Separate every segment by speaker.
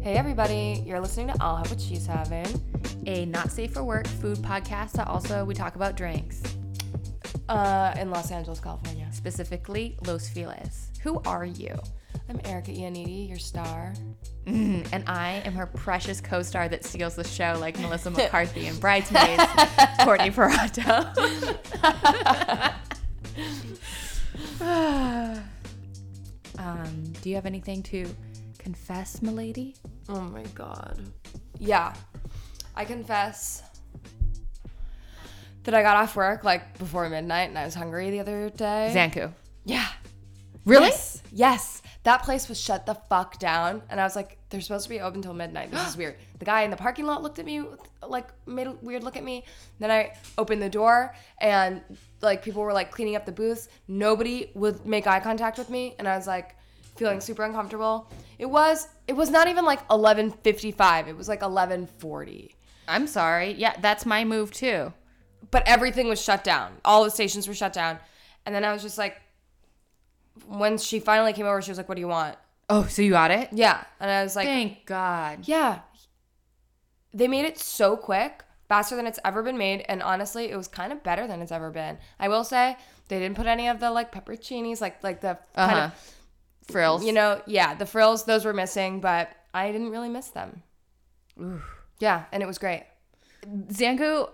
Speaker 1: Hey, everybody, you're listening to I'll Have What She's Having.
Speaker 2: a not safe for work food podcast that also we talk about drinks,
Speaker 1: Uh, in Los Angeles, California.
Speaker 2: specifically Los Feliz. Who are you?
Speaker 1: I'm Erica Ianniti, your star.
Speaker 2: Mm, And I am her precious co-star that steals the show like Melissa McCarthy and Bridesmaids, Courtney Parato. um, do you have anything to confess, milady?
Speaker 1: Oh my god. Yeah. I confess that I got off work like before midnight and I was hungry the other day.
Speaker 2: Zanku.
Speaker 1: Yeah.
Speaker 2: Really?
Speaker 1: Yes. Yes. That place was shut the fuck down. And I was like, they're supposed to be open till midnight. This is weird. The guy in the parking lot looked at me, with- like, made a weird look at me. Then I opened the door, and, like, people were, like, cleaning up the booths. Nobody would make eye contact with me. And I was, like, feeling super uncomfortable. It was, it was not even, like, 11.55. It was, like, 11.40.
Speaker 2: I'm sorry. Yeah, that's my move too.
Speaker 1: But everything was shut down. All the stations were shut down. And then I was just, like, when she finally came over, she was like, what do you want?
Speaker 2: Oh, so you got it?
Speaker 1: Yeah. And I was like,
Speaker 2: Thank God.
Speaker 1: yeah. They made it so quick, faster than it's ever been made. And honestly, it was kind of better than it's ever been. I will say they didn't put any of the like pepperoncinis, like, like the kind
Speaker 2: Uh-huh.
Speaker 1: of,
Speaker 2: Frills.
Speaker 1: you know, yeah, the frills, those were missing, but I didn't really miss them. Yeah. And it was great.
Speaker 2: Zanko,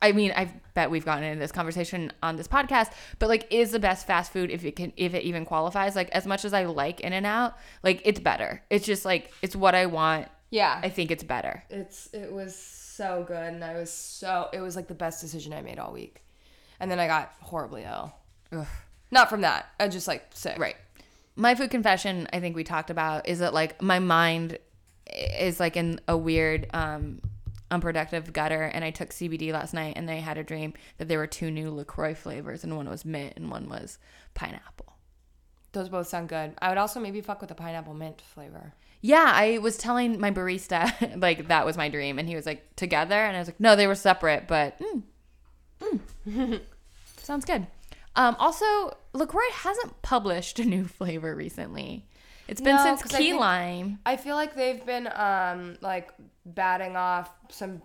Speaker 2: I mean, I bet we've gotten into this conversation on this podcast, but like, is the best fast food if it can, if it even qualifies. Like, as much as I like In and Out, like, it's better. It's just like, it's what I want.
Speaker 1: Yeah.
Speaker 2: I think it's better.
Speaker 1: It's it was so good and I was so it was like the best decision I made all week. And then I got horribly ill.
Speaker 2: Ugh.
Speaker 1: Not from that. I just like sick.
Speaker 2: Right. My food confession, I think we talked about, is that like my mind is like in a weird, um, unproductive gutter. And I took CBD last night and I had a dream that there were two new LaCroix flavors and one was mint and one was pineapple.
Speaker 1: Those both sound good. I would also maybe fuck with the pineapple mint flavor.
Speaker 2: Yeah, I was telling my barista like that was my dream, and he was like together, and I was like, no, they were separate, but mm, mm. sounds good. Um, also, Lacroix hasn't published a new flavor recently. It's been
Speaker 1: No,
Speaker 2: since
Speaker 1: 'cause I
Speaker 2: key
Speaker 1: think-
Speaker 2: lime.
Speaker 1: I feel like they've been um like batting off some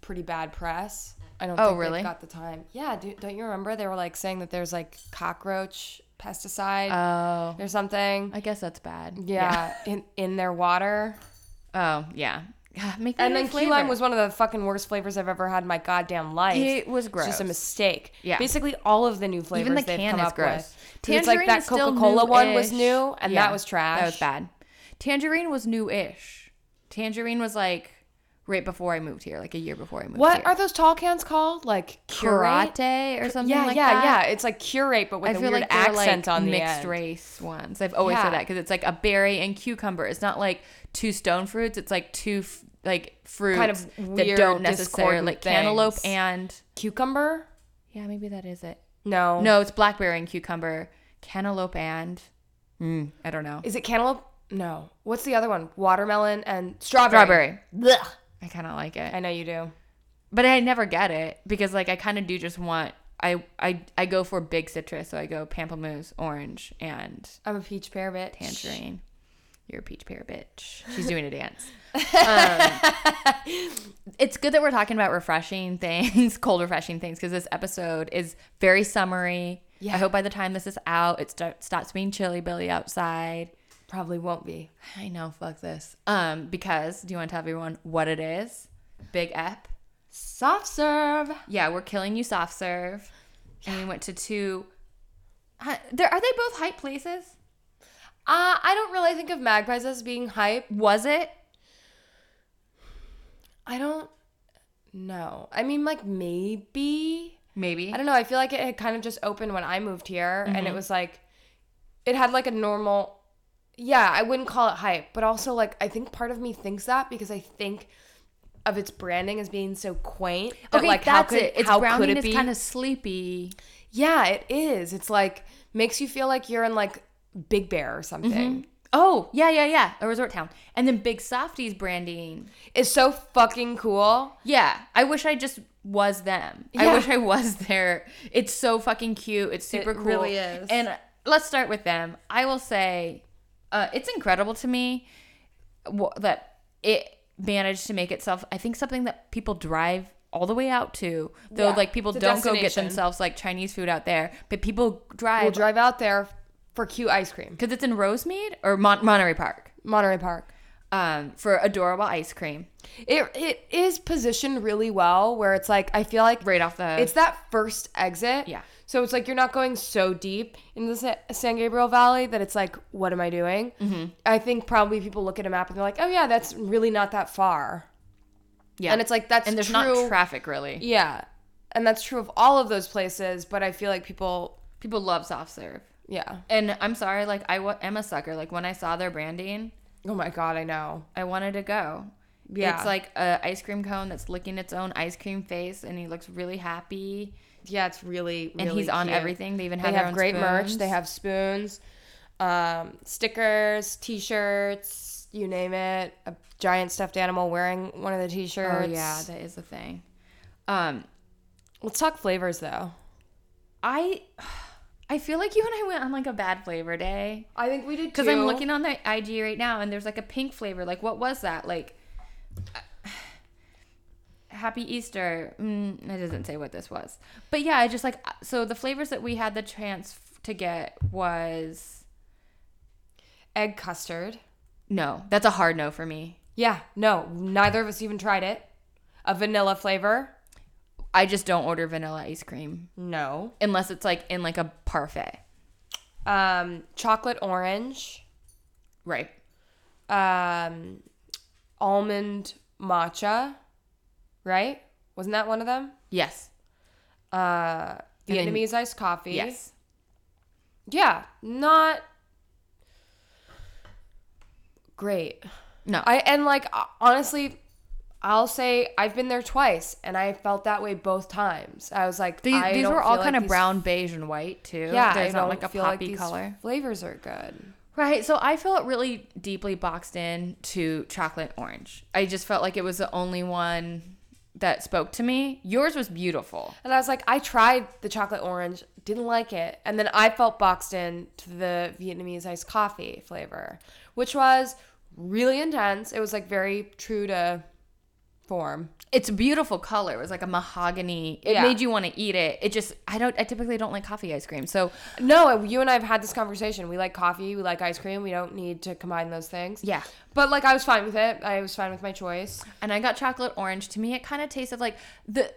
Speaker 1: pretty bad press. I don't
Speaker 2: Oh,
Speaker 1: think
Speaker 2: really?
Speaker 1: they've got the time. Yeah, do, don't you remember they were like saying that there's like cockroach pesticide
Speaker 2: Oh,
Speaker 1: or something?
Speaker 2: I guess that's bad.
Speaker 1: yeah, in in their water.
Speaker 2: Oh, yeah. God, Make
Speaker 1: And
Speaker 2: me a
Speaker 1: then key
Speaker 2: flavor.
Speaker 1: lime was one of the fucking worst flavors I've ever had in my goddamn life.
Speaker 2: It was
Speaker 1: It's just a
Speaker 2: gross.
Speaker 1: mistake.
Speaker 2: Yeah.
Speaker 1: Basically, all of the new flavors
Speaker 2: the
Speaker 1: they've
Speaker 2: can
Speaker 1: come
Speaker 2: is
Speaker 1: up
Speaker 2: gross.
Speaker 1: with. 'Cause it's like
Speaker 2: Tangerine
Speaker 1: that
Speaker 2: is still
Speaker 1: Coca-Cola one was
Speaker 2: new-ish.
Speaker 1: new, and
Speaker 2: Yeah,
Speaker 1: that was trash.
Speaker 2: That was bad. Tangerine was new-ish. Tangerine was like right before I moved here, like a year before I moved
Speaker 1: What
Speaker 2: here.
Speaker 1: are those tall cans called? Like curate?
Speaker 2: karate or something
Speaker 1: Yeah,
Speaker 2: like
Speaker 1: yeah,
Speaker 2: that.
Speaker 1: yeah. It's like curate, but with
Speaker 2: I
Speaker 1: a
Speaker 2: feel
Speaker 1: weird
Speaker 2: like they're
Speaker 1: accent
Speaker 2: like
Speaker 1: on the
Speaker 2: mixed
Speaker 1: end.
Speaker 2: race ones. I've always
Speaker 1: Yeah.
Speaker 2: said that because it's like a berry and cucumber. It's not like two stone fruits. It's like two f- like fruits
Speaker 1: Kind of
Speaker 2: that
Speaker 1: weird,
Speaker 2: don't necessarily
Speaker 1: discordant
Speaker 2: like cantaloupe
Speaker 1: things.
Speaker 2: and
Speaker 1: Cucumber?
Speaker 2: yeah, maybe that is it.
Speaker 1: No.
Speaker 2: No, it's blackberry and cucumber, cantaloupe and mm, I don't know
Speaker 1: Is it cantaloupe? No. What's the other one? Watermelon and strawberry.
Speaker 2: strawberry.
Speaker 1: Blech.
Speaker 2: I kind of like it.
Speaker 1: I know you do.
Speaker 2: but I never get it because like I kind of do just want I I I go for big citrus, so I go pamplemousse, orange, and
Speaker 1: I'm a peach pear bitch.
Speaker 2: tangerine. You're a peach pear bitch. She's doing a dance. Um, it's good that we're talking about refreshing things, cold refreshing things, because this episode is very summery.
Speaker 1: Yeah.
Speaker 2: I hope by the time this is out, it st- stops being chilly, Billy outside.
Speaker 1: Probably won't be.
Speaker 2: I know, fuck this. Um, because do you want to tell everyone what it is? Big Ep.
Speaker 1: Soft serve. Uh,
Speaker 2: Yeah, we're killing you soft serve. And we went to two. Hi- There are they both hype places?
Speaker 1: Uh, I don't really think of magpies as being hype.
Speaker 2: Was it?
Speaker 1: I don't know. I mean, like maybe.
Speaker 2: Maybe.
Speaker 1: I don't know. I feel like it had kind of just opened when I moved here,
Speaker 2: Mm-hmm.
Speaker 1: and it was like, it had like a normal. Yeah, I wouldn't call it hype, but also like I think part of me thinks that because I think of its branding as being so quaint. that,
Speaker 2: Okay,
Speaker 1: like
Speaker 2: that's
Speaker 1: how could
Speaker 2: it. It's
Speaker 1: how
Speaker 2: browning
Speaker 1: could it
Speaker 2: is
Speaker 1: be?
Speaker 2: kind of sleepy.
Speaker 1: yeah, it is. It's like makes you feel like you're in like Big Bear or something.
Speaker 2: Oh yeah, yeah, yeah. A resort town, and then Big Softies branding.
Speaker 1: It's so fucking cool.
Speaker 2: Yeah, I wish I just was them.
Speaker 1: Yeah.
Speaker 2: I wish I was there. It's so fucking cute. It's super
Speaker 1: It
Speaker 2: cool.
Speaker 1: really is.
Speaker 2: And let's start with them. I will say, uh, it's incredible to me w- that it managed to make itself i think something that people drive all the way out to though
Speaker 1: Yeah,
Speaker 2: like people
Speaker 1: it's a
Speaker 2: don't go get
Speaker 1: destination.
Speaker 2: themselves like chinese food out there but people
Speaker 1: We'll
Speaker 2: drive because
Speaker 1: drive out there for cute ice cream.
Speaker 2: it's in rosemead or Mon- monterey park
Speaker 1: Monterey Park.
Speaker 2: um, for adorable ice cream
Speaker 1: It it is positioned really well where it's like I feel like
Speaker 2: right off the
Speaker 1: it's that first exit.
Speaker 2: Yeah.
Speaker 1: So it's like you're not going so deep in the Sa- San Gabriel Valley that it's like, what am I doing? Mm-hmm. I think probably people look at a map and they're like, oh yeah, that's really not that far.
Speaker 2: yeah
Speaker 1: And it's like that's
Speaker 2: and there's
Speaker 1: true-
Speaker 2: not traffic really
Speaker 1: Yeah, and that's true of all of those places. But I feel like people,
Speaker 2: people love soft serve
Speaker 1: yeah.
Speaker 2: and i'm sorry like i wa- am a sucker like when i saw their branding
Speaker 1: Oh my god, I know.
Speaker 2: I wanted to go.
Speaker 1: Yeah.
Speaker 2: It's like a ice cream cone that's licking its own ice cream face, and he looks really happy.
Speaker 1: Yeah, it's really,
Speaker 2: And
Speaker 1: really
Speaker 2: he's on
Speaker 1: cute.
Speaker 2: everything. They even
Speaker 1: They
Speaker 2: have, their
Speaker 1: have
Speaker 2: own
Speaker 1: great merch. They
Speaker 2: spoons.
Speaker 1: have spoons, um, stickers, T-shirts, you name it. A giant stuffed animal wearing one of the T-shirts.
Speaker 2: Oh yeah, that is a thing. Um,
Speaker 1: Let's talk flavors though.
Speaker 2: I, I feel like you and I went on like a bad flavor day
Speaker 1: I think we did
Speaker 2: because I'm looking on the IG right now, and there's like a pink flavor. Like, what was that? Like, Happy Easter. Mm, it doesn't say what this was, but yeah, I just like uh, so the flavors that we had the chance to get was.
Speaker 1: egg custard.
Speaker 2: No, that's a hard no for me.
Speaker 1: Yeah, no, neither of us even tried it. A vanilla flavor.
Speaker 2: I just don't order vanilla ice cream
Speaker 1: No.
Speaker 2: unless it's like in like a parfait.
Speaker 1: Um, chocolate orange.
Speaker 2: Right.
Speaker 1: um, almond matcha, right? Wasn't that one of them?
Speaker 2: Yes.
Speaker 1: Uh,
Speaker 2: And then-
Speaker 1: Vietnamese iced coffee.
Speaker 2: Yes.
Speaker 1: Yeah, not great.
Speaker 2: No.
Speaker 1: I and like uh, honestly, I'll say I've been there twice, and I felt that way both times. I was like,
Speaker 2: these
Speaker 1: I
Speaker 2: these
Speaker 1: don't
Speaker 2: were all
Speaker 1: feel like
Speaker 2: kind of
Speaker 1: these-
Speaker 2: brown, beige, and white too.
Speaker 1: Yeah,
Speaker 2: There's
Speaker 1: I
Speaker 2: not
Speaker 1: don't
Speaker 2: like a
Speaker 1: feel
Speaker 2: poppy
Speaker 1: these
Speaker 2: color.
Speaker 1: Flavors are good.
Speaker 2: Right. So I felt really deeply boxed in to chocolate orange. I just felt like it was the only one that spoke to me. Yours was beautiful.
Speaker 1: And I was like, I tried the chocolate orange, didn't like it. And then I felt boxed in to the Vietnamese iced coffee flavor, which was really intense. It was like very true to form.
Speaker 2: It's a beautiful color. It was like a mahogany. It
Speaker 1: Yeah.
Speaker 2: made you want to eat it. It just I don't I typically don't like coffee ice cream. So
Speaker 1: No, you and I have had this conversation. We like coffee, we like ice cream. We don't need to combine those things.
Speaker 2: Yeah.
Speaker 1: But like, I was fine with it. I was fine with my choice.
Speaker 2: and I got chocolate orange. To me, it kind of tasted like the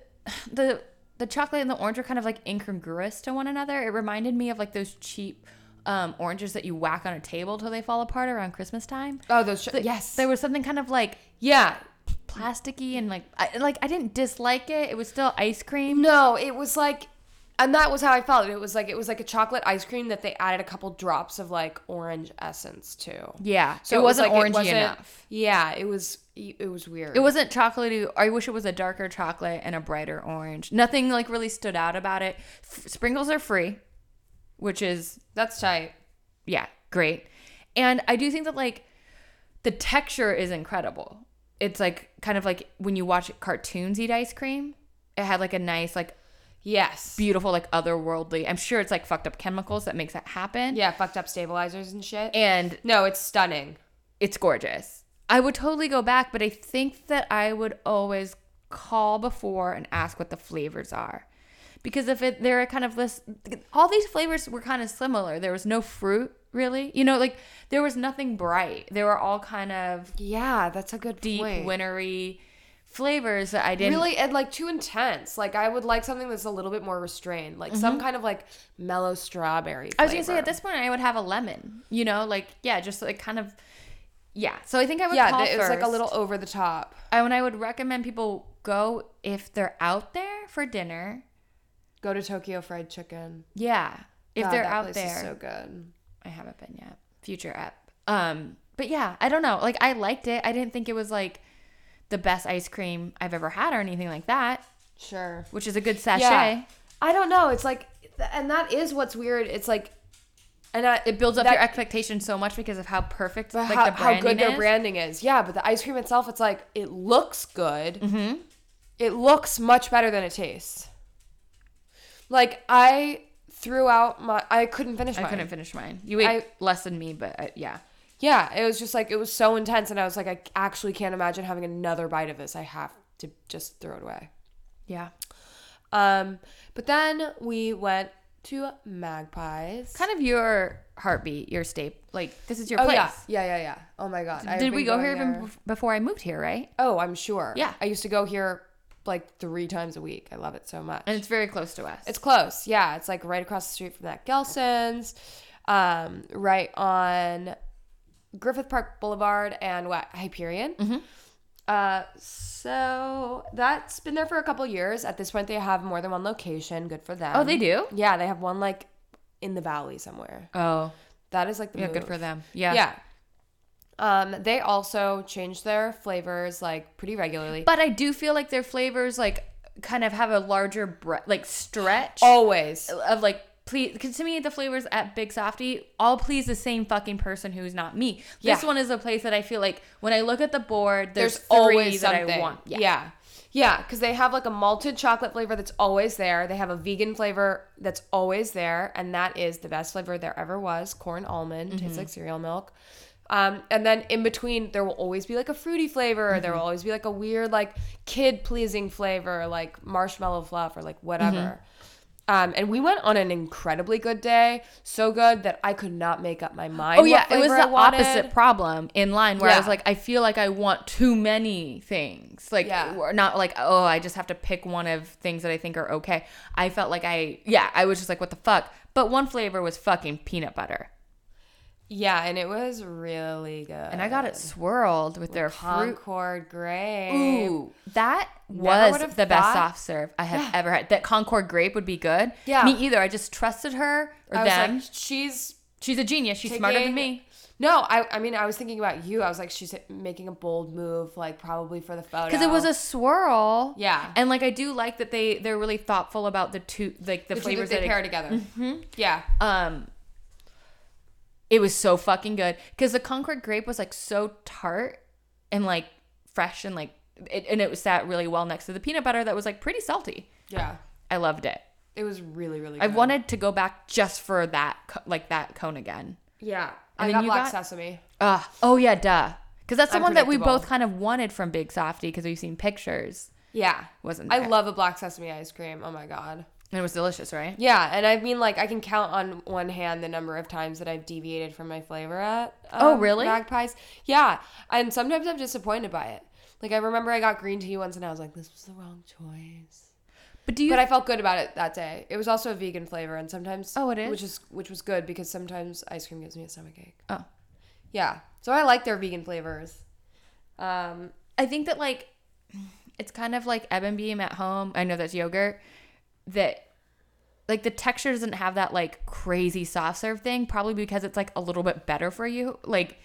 Speaker 2: the the chocolate and the orange are kind of like incongruous to one another. It reminded me of like those cheap um, oranges that you whack on a table till they fall apart around Christmas time.
Speaker 1: Oh, those. Sh-
Speaker 2: But
Speaker 1: yes.
Speaker 2: there was something kind of like
Speaker 1: yeah.
Speaker 2: plasticky and like I, like I didn't dislike it. It was still ice cream.
Speaker 1: No, it was like. And that was how I felt. It was like it was like a chocolate ice cream that they added a couple drops of like orange essence to.
Speaker 2: Yeah,
Speaker 1: So
Speaker 2: it,
Speaker 1: was
Speaker 2: wasn't
Speaker 1: like,
Speaker 2: orangey
Speaker 1: wasn't-
Speaker 2: enough.
Speaker 1: Yeah, it was. It was weird.
Speaker 2: It wasn't chocolatey. I wish it was a darker chocolate and a brighter orange. Nothing like really stood out about it. F- sprinkles are free, which is
Speaker 1: That's tight.
Speaker 2: yeah, great. And I do think that like the texture is incredible. It's like kind of like when you watch cartoons eat ice cream. It had like a nice, like
Speaker 1: Yes.
Speaker 2: beautiful, like otherworldly. I'm sure it's like fucked up chemicals that makes that happen.
Speaker 1: yeah, fucked up stabilizers and shit.
Speaker 2: And
Speaker 1: no, it's stunning.
Speaker 2: it's gorgeous. I would totally go back, but I think that I would always call before and ask what the flavors are. Because if it, they're kind of this, all these flavors were kind of similar. There was no fruit really. You know, like there was nothing bright. They were all kind of
Speaker 1: Yeah, that's a good
Speaker 2: deep,
Speaker 1: point.
Speaker 2: wintry flavors that I didn't.
Speaker 1: Really, and like too intense. Like I would like something that's a little bit more restrained, like some kind of like mellow strawberry.
Speaker 2: Mm-hmm. I was gonna say
Speaker 1: flavor.
Speaker 2: at this point I would have a lemon. You know, like yeah, just like kind of, yeah. So I think I would
Speaker 1: Yeah,
Speaker 2: call
Speaker 1: th- it was like a
Speaker 2: first.
Speaker 1: little over the top.
Speaker 2: I, when I would recommend people go if they're out there for dinner.
Speaker 1: Go to Tokyo Fried Chicken.
Speaker 2: Yeah, if
Speaker 1: God,
Speaker 2: they're
Speaker 1: that
Speaker 2: out
Speaker 1: place is
Speaker 2: there,
Speaker 1: so good.
Speaker 2: I haven't been yet. Future up. Um, but yeah, I don't know. Like I liked it. I didn't think it was like the best ice cream I've ever had or anything like that,
Speaker 1: Sure.
Speaker 2: which is a good sachet.
Speaker 1: Yeah. I don't know. It's like, and that is what's weird. It's like, and I,
Speaker 2: It builds up
Speaker 1: That-
Speaker 2: your expectations so much because of how perfect
Speaker 1: But
Speaker 2: like
Speaker 1: how,
Speaker 2: the
Speaker 1: how
Speaker 2: branding
Speaker 1: good their
Speaker 2: is.
Speaker 1: branding is. Yeah, but the ice cream itself, it's like it looks good.
Speaker 2: Mm-hmm.
Speaker 1: It looks much better than it tastes. Like I threw out my, I couldn't finish
Speaker 2: I
Speaker 1: mine.
Speaker 2: couldn't finish mine. You ate
Speaker 1: I-
Speaker 2: less than me, but uh, yeah.
Speaker 1: Yeah, it was just like it was so intense, and I was like, I actually can't imagine having another bite of this. I have to just throw it away.
Speaker 2: Yeah.
Speaker 1: Um, but then we went to Magpies. Oh,
Speaker 2: Kind of your heartbeat, your staple. Like this is your place.
Speaker 1: yeah, yeah, yeah, yeah. Oh my god, I've
Speaker 2: Did we
Speaker 1: been
Speaker 2: go
Speaker 1: going
Speaker 2: here even
Speaker 1: there.
Speaker 2: bef- before I moved here, right?
Speaker 1: Oh, I'm sure.
Speaker 2: Yeah.
Speaker 1: I used to go here like three times a week. I love it so much.
Speaker 2: And it's very close to us.
Speaker 1: It's close. Yeah, it's like right across the street from that Gelson's, um, right on Griffith Park Boulevard and what Hyperion.
Speaker 2: Mm-hmm.
Speaker 1: Uh, so that's been there for a couple years. At this point, they have more than one location. Good for them.
Speaker 2: oh, they do.
Speaker 1: Yeah, they have one like in the valley somewhere.
Speaker 2: Oh,
Speaker 1: That is like the
Speaker 2: yeah.
Speaker 1: move.
Speaker 2: Good for them. Yeah.
Speaker 1: Yeah. Um, they also change their flavors like pretty regularly.
Speaker 2: But I do feel like their flavors like kind of have a larger bre- like stretch
Speaker 1: Always.
Speaker 2: of like please because to me the flavors at Big Softy all please the same fucking person who's not me. This
Speaker 1: Yeah.
Speaker 2: one is a place that I feel like when I look at the board, there's,
Speaker 1: there's
Speaker 2: three
Speaker 1: always
Speaker 2: that
Speaker 1: something.
Speaker 2: I want.
Speaker 1: Yeah. yeah. because they have like a malted chocolate flavor that's always there. They have a vegan flavor that's always there, and that is the best flavor there ever was. Corn almond tastes
Speaker 2: Mm-hmm.
Speaker 1: like cereal milk. Um, and then in between, there will always be like a fruity flavor. There
Speaker 2: Mm-hmm.
Speaker 1: will always be like a weird, like kid pleasing flavor, like marshmallow fluff or like whatever.
Speaker 2: Mm-hmm.
Speaker 1: Um, and we went on an incredibly good day, so good that I could not make up my mind.
Speaker 2: Oh yeah,
Speaker 1: what
Speaker 2: it was
Speaker 1: flavor I
Speaker 2: the
Speaker 1: wanted.
Speaker 2: opposite problem in line where I was
Speaker 1: Yeah.
Speaker 2: like, I feel like I want too many things. Like,
Speaker 1: Yeah.
Speaker 2: or not like, oh, I just have to pick one of things that I think are okay. I felt like I, yeah, I was just like, what the fuck. But one flavor was fucking peanut butter,
Speaker 1: Yeah, and it was really good.
Speaker 2: and I got it swirled with their fruit.
Speaker 1: Concord grape.
Speaker 2: Ooh, that was the
Speaker 1: would've
Speaker 2: best
Speaker 1: thought-
Speaker 2: soft serve I have ever had. That Concord grape would be good.
Speaker 1: Yeah.
Speaker 2: me either. I just trusted her or
Speaker 1: I was
Speaker 2: them.
Speaker 1: like, she's
Speaker 2: She's a genius. She's smarter than
Speaker 1: taking-
Speaker 2: me.
Speaker 1: No, I, I mean, I was thinking about you. I was like, she's making a bold move, like probably for the photo.
Speaker 2: because it was a swirl.
Speaker 1: Yeah.
Speaker 2: and like I do like that they they're really thoughtful about the two like the,
Speaker 1: the two
Speaker 2: flavors
Speaker 1: that they
Speaker 2: that Mm-hmm.
Speaker 1: pair together. Yeah.
Speaker 2: it, um. It was so fucking good because the Concord grape was like so tart and like fresh and like it, and it was sat really well next to the peanut butter that was like pretty salty.
Speaker 1: Yeah.
Speaker 2: I loved it.
Speaker 1: It was really, really good.
Speaker 2: I wanted to go back just for that co- like that cone again.
Speaker 1: Yeah.
Speaker 2: then
Speaker 1: I got
Speaker 2: you
Speaker 1: black
Speaker 2: got-
Speaker 1: sesame.
Speaker 2: Ugh. oh yeah, duh. Because that's the one that we
Speaker 1: Unpredictable.
Speaker 2: both kind of wanted from Big Softy because we've seen pictures
Speaker 1: Yeah.
Speaker 2: Wasn't
Speaker 1: I
Speaker 2: there.
Speaker 1: love a black sesame ice cream. Oh my God.
Speaker 2: and it was delicious, right?
Speaker 1: Yeah. And I mean, like, I can count on one hand the number of times that I've deviated from my flavor at
Speaker 2: Oh,
Speaker 1: um,
Speaker 2: really?
Speaker 1: Magpies. Yeah. And sometimes I'm disappointed by it. Like, I remember I got green tea once and I was like, this was the wrong choice.
Speaker 2: But do you?
Speaker 1: But I felt good about it that day. It was also a vegan flavor, and sometimes
Speaker 2: Oh, it is?
Speaker 1: which is which was good because sometimes ice cream gives me a stomachache.
Speaker 2: oh.
Speaker 1: Yeah, so I like their vegan flavors. Um,
Speaker 2: I think that like it's kind of like eb and beam at home. I know that's yogurt. That like the texture doesn't have that like crazy soft serve thing, probably because it's like a little bit better for you. Like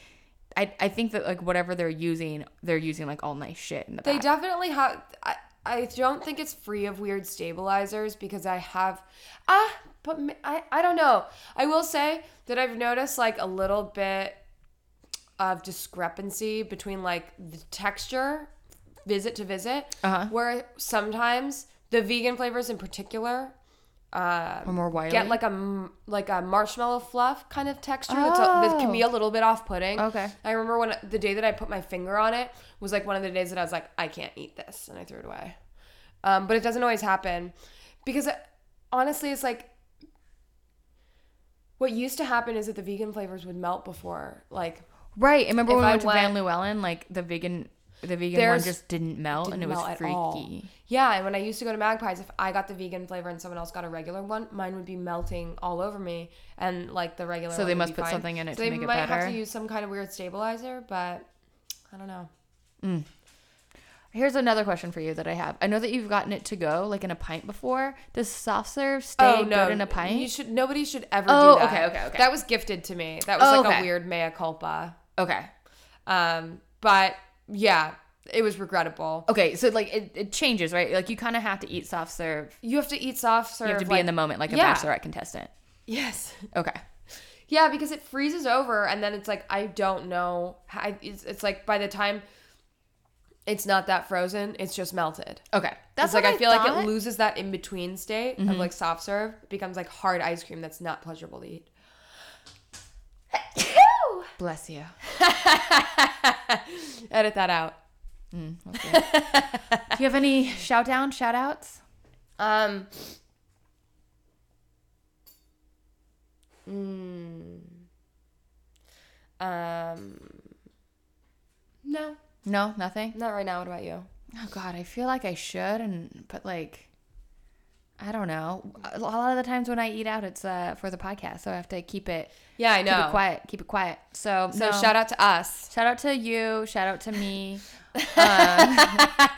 Speaker 2: I I think that like whatever they're using, they're using like all nice shit in the
Speaker 1: they
Speaker 2: back.
Speaker 1: definitely have. I, I don't think it's free of weird stabilizers because I have ah, but m- I I don't know. I will say that I've noticed like a little bit of discrepancy between like the texture visit to visit,
Speaker 2: Uh-huh.
Speaker 1: where sometimes the vegan flavors in particular
Speaker 2: or more wily.
Speaker 1: get like a m- like a marshmallow fluff kind of texture that's a, that can be a little bit off putting.
Speaker 2: Okay.
Speaker 1: I remember when the day that I put my finger on it was like one of the days that I was like, I can't eat this, and I threw it away. Um, but it doesn't always happen because it, honestly, it's like what used to happen is that the vegan flavors would melt before, like
Speaker 2: right. I remember
Speaker 1: If
Speaker 2: when we
Speaker 1: I
Speaker 2: went to
Speaker 1: went-
Speaker 2: Van Llewellyn, like the vegan the vegan one
Speaker 1: Theirs
Speaker 2: just didn't melt and it was
Speaker 1: melt at all.
Speaker 2: freaky.
Speaker 1: Yeah, and when I used to go to Magpies, if I got the vegan flavor and someone else got a regular one, mine would be melting all over me, and like the regular.
Speaker 2: So
Speaker 1: one
Speaker 2: they
Speaker 1: would
Speaker 2: must
Speaker 1: be
Speaker 2: put
Speaker 1: fine.
Speaker 2: something in it
Speaker 1: So they
Speaker 2: to make it
Speaker 1: might
Speaker 2: better.
Speaker 1: have to use some kind of weird stabilizer, but I don't know.
Speaker 2: Here's another question for you that I have. I know that you've gotten it to go, like in a pint before. Does soft serve stay good in a pint?
Speaker 1: Oh, You should. Nobody should ever.
Speaker 2: Oh,
Speaker 1: do that.
Speaker 2: okay, okay, okay.
Speaker 1: That was gifted to me. That was
Speaker 2: Oh,
Speaker 1: like
Speaker 2: okay.
Speaker 1: a weird mea culpa.
Speaker 2: Okay.
Speaker 1: Um, but yeah, it was regrettable.
Speaker 2: Okay. So like it, it changes, right? Like you kind of have to eat soft serve.
Speaker 1: You have to eat soft serve.
Speaker 2: You have to be in the moment, like a
Speaker 1: yeah.
Speaker 2: bachelorette contestant.
Speaker 1: Yes.
Speaker 2: Okay.
Speaker 1: Yeah, because it freezes over, and then it's like I don't know. how- I, it's, it's like by the time it's not that frozen, it's just melted.
Speaker 2: Okay.
Speaker 1: That's it's
Speaker 2: That's
Speaker 1: like
Speaker 2: what
Speaker 1: I, feel like
Speaker 2: thought. Mm-hmm.
Speaker 1: it loses that in between state of like soft serve becomes like hard ice cream that's not pleasurable to eat.
Speaker 2: Bless you.
Speaker 1: Edit that out.
Speaker 2: Do you have any shout down, shout outs?
Speaker 1: Um. mm, um. No,
Speaker 2: No, nothing.
Speaker 1: not right now. What about you?
Speaker 2: Oh God, I feel like I should, and but like, I don't know. A lot of the times when I eat out, it's uh, for the podcast, so I have to keep it
Speaker 1: Yeah, I know.
Speaker 2: keep it quiet, keep it quiet. So
Speaker 1: So shout out to us.
Speaker 2: shout out to you, shout out to me, um,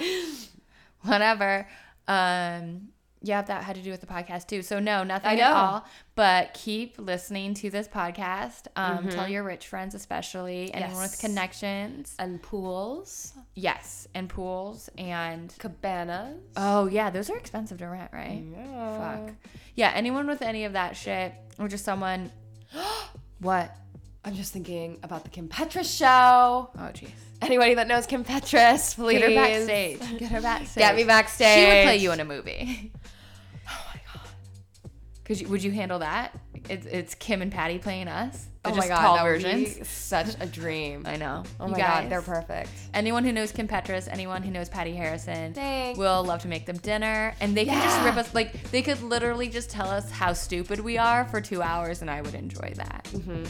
Speaker 2: whatever. Um, yeah, that had to do with the podcast too. So no, nothing
Speaker 1: I
Speaker 2: at
Speaker 1: know.
Speaker 2: all. But keep listening to this podcast. Um, Tell your rich friends, especially anyone with
Speaker 1: Mm-hmm. Yes.
Speaker 2: connections.
Speaker 1: And pools,
Speaker 2: Yes, and pools and
Speaker 1: cabanas.
Speaker 2: Oh yeah, those are expensive to rent, right?
Speaker 1: Mm.
Speaker 2: Fuck. Yeah, anyone with any of that shit, or just someone. what?
Speaker 1: I'm just thinking about the Kim Petras show.
Speaker 2: Oh jeez.
Speaker 1: Anybody that knows Kim Petras, please
Speaker 2: Get her backstage. Get her backstage.
Speaker 1: Get me backstage.
Speaker 2: She would play you in a movie. oh my god. Could you? Would you handle that? It's, it's Kim and Patty playing us.
Speaker 1: Oh
Speaker 2: They're
Speaker 1: my
Speaker 2: just
Speaker 1: god,
Speaker 2: tall
Speaker 1: that would
Speaker 2: versions.
Speaker 1: be such a dream.
Speaker 2: I know.
Speaker 1: Oh
Speaker 2: You
Speaker 1: my
Speaker 2: guys.
Speaker 1: god, they're perfect.
Speaker 2: Anyone who knows Kim Petras, anyone who knows Patty Harrison,
Speaker 1: Thanks.
Speaker 2: will love to make them dinner, and they can just
Speaker 1: Yeah.
Speaker 2: rip us like they could literally just tell us how stupid we are for two hours, and I would enjoy that.
Speaker 1: Mm-hmm.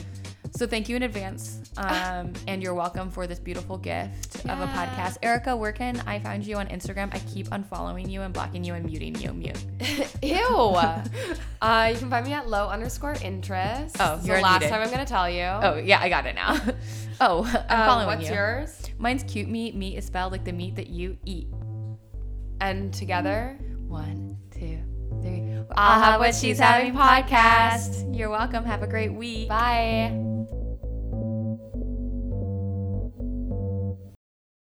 Speaker 2: So thank you in advance, um, and you're welcome for this beautiful gift of a
Speaker 1: Ah. Yeah.
Speaker 2: podcast. Erica, where can I find you on Instagram? I keep unfollowing you and blocking you and muting you. Mute.
Speaker 1: Ew. uh, you can find me at low underscore interest.
Speaker 2: Oh,
Speaker 1: This is
Speaker 2: you're
Speaker 1: the last
Speaker 2: unmuted.
Speaker 1: time I'm gonna tell you.
Speaker 2: Oh yeah, I got it now. oh, I'm
Speaker 1: Um,
Speaker 2: following
Speaker 1: what's
Speaker 2: you.
Speaker 1: yours?
Speaker 2: Mine's cute meat. Meat is spelled like the meat that you eat.
Speaker 1: And together.
Speaker 2: One, two, three.
Speaker 1: I'll Have What She's Having podcast.
Speaker 2: You're welcome. Have a great week.
Speaker 1: Bye.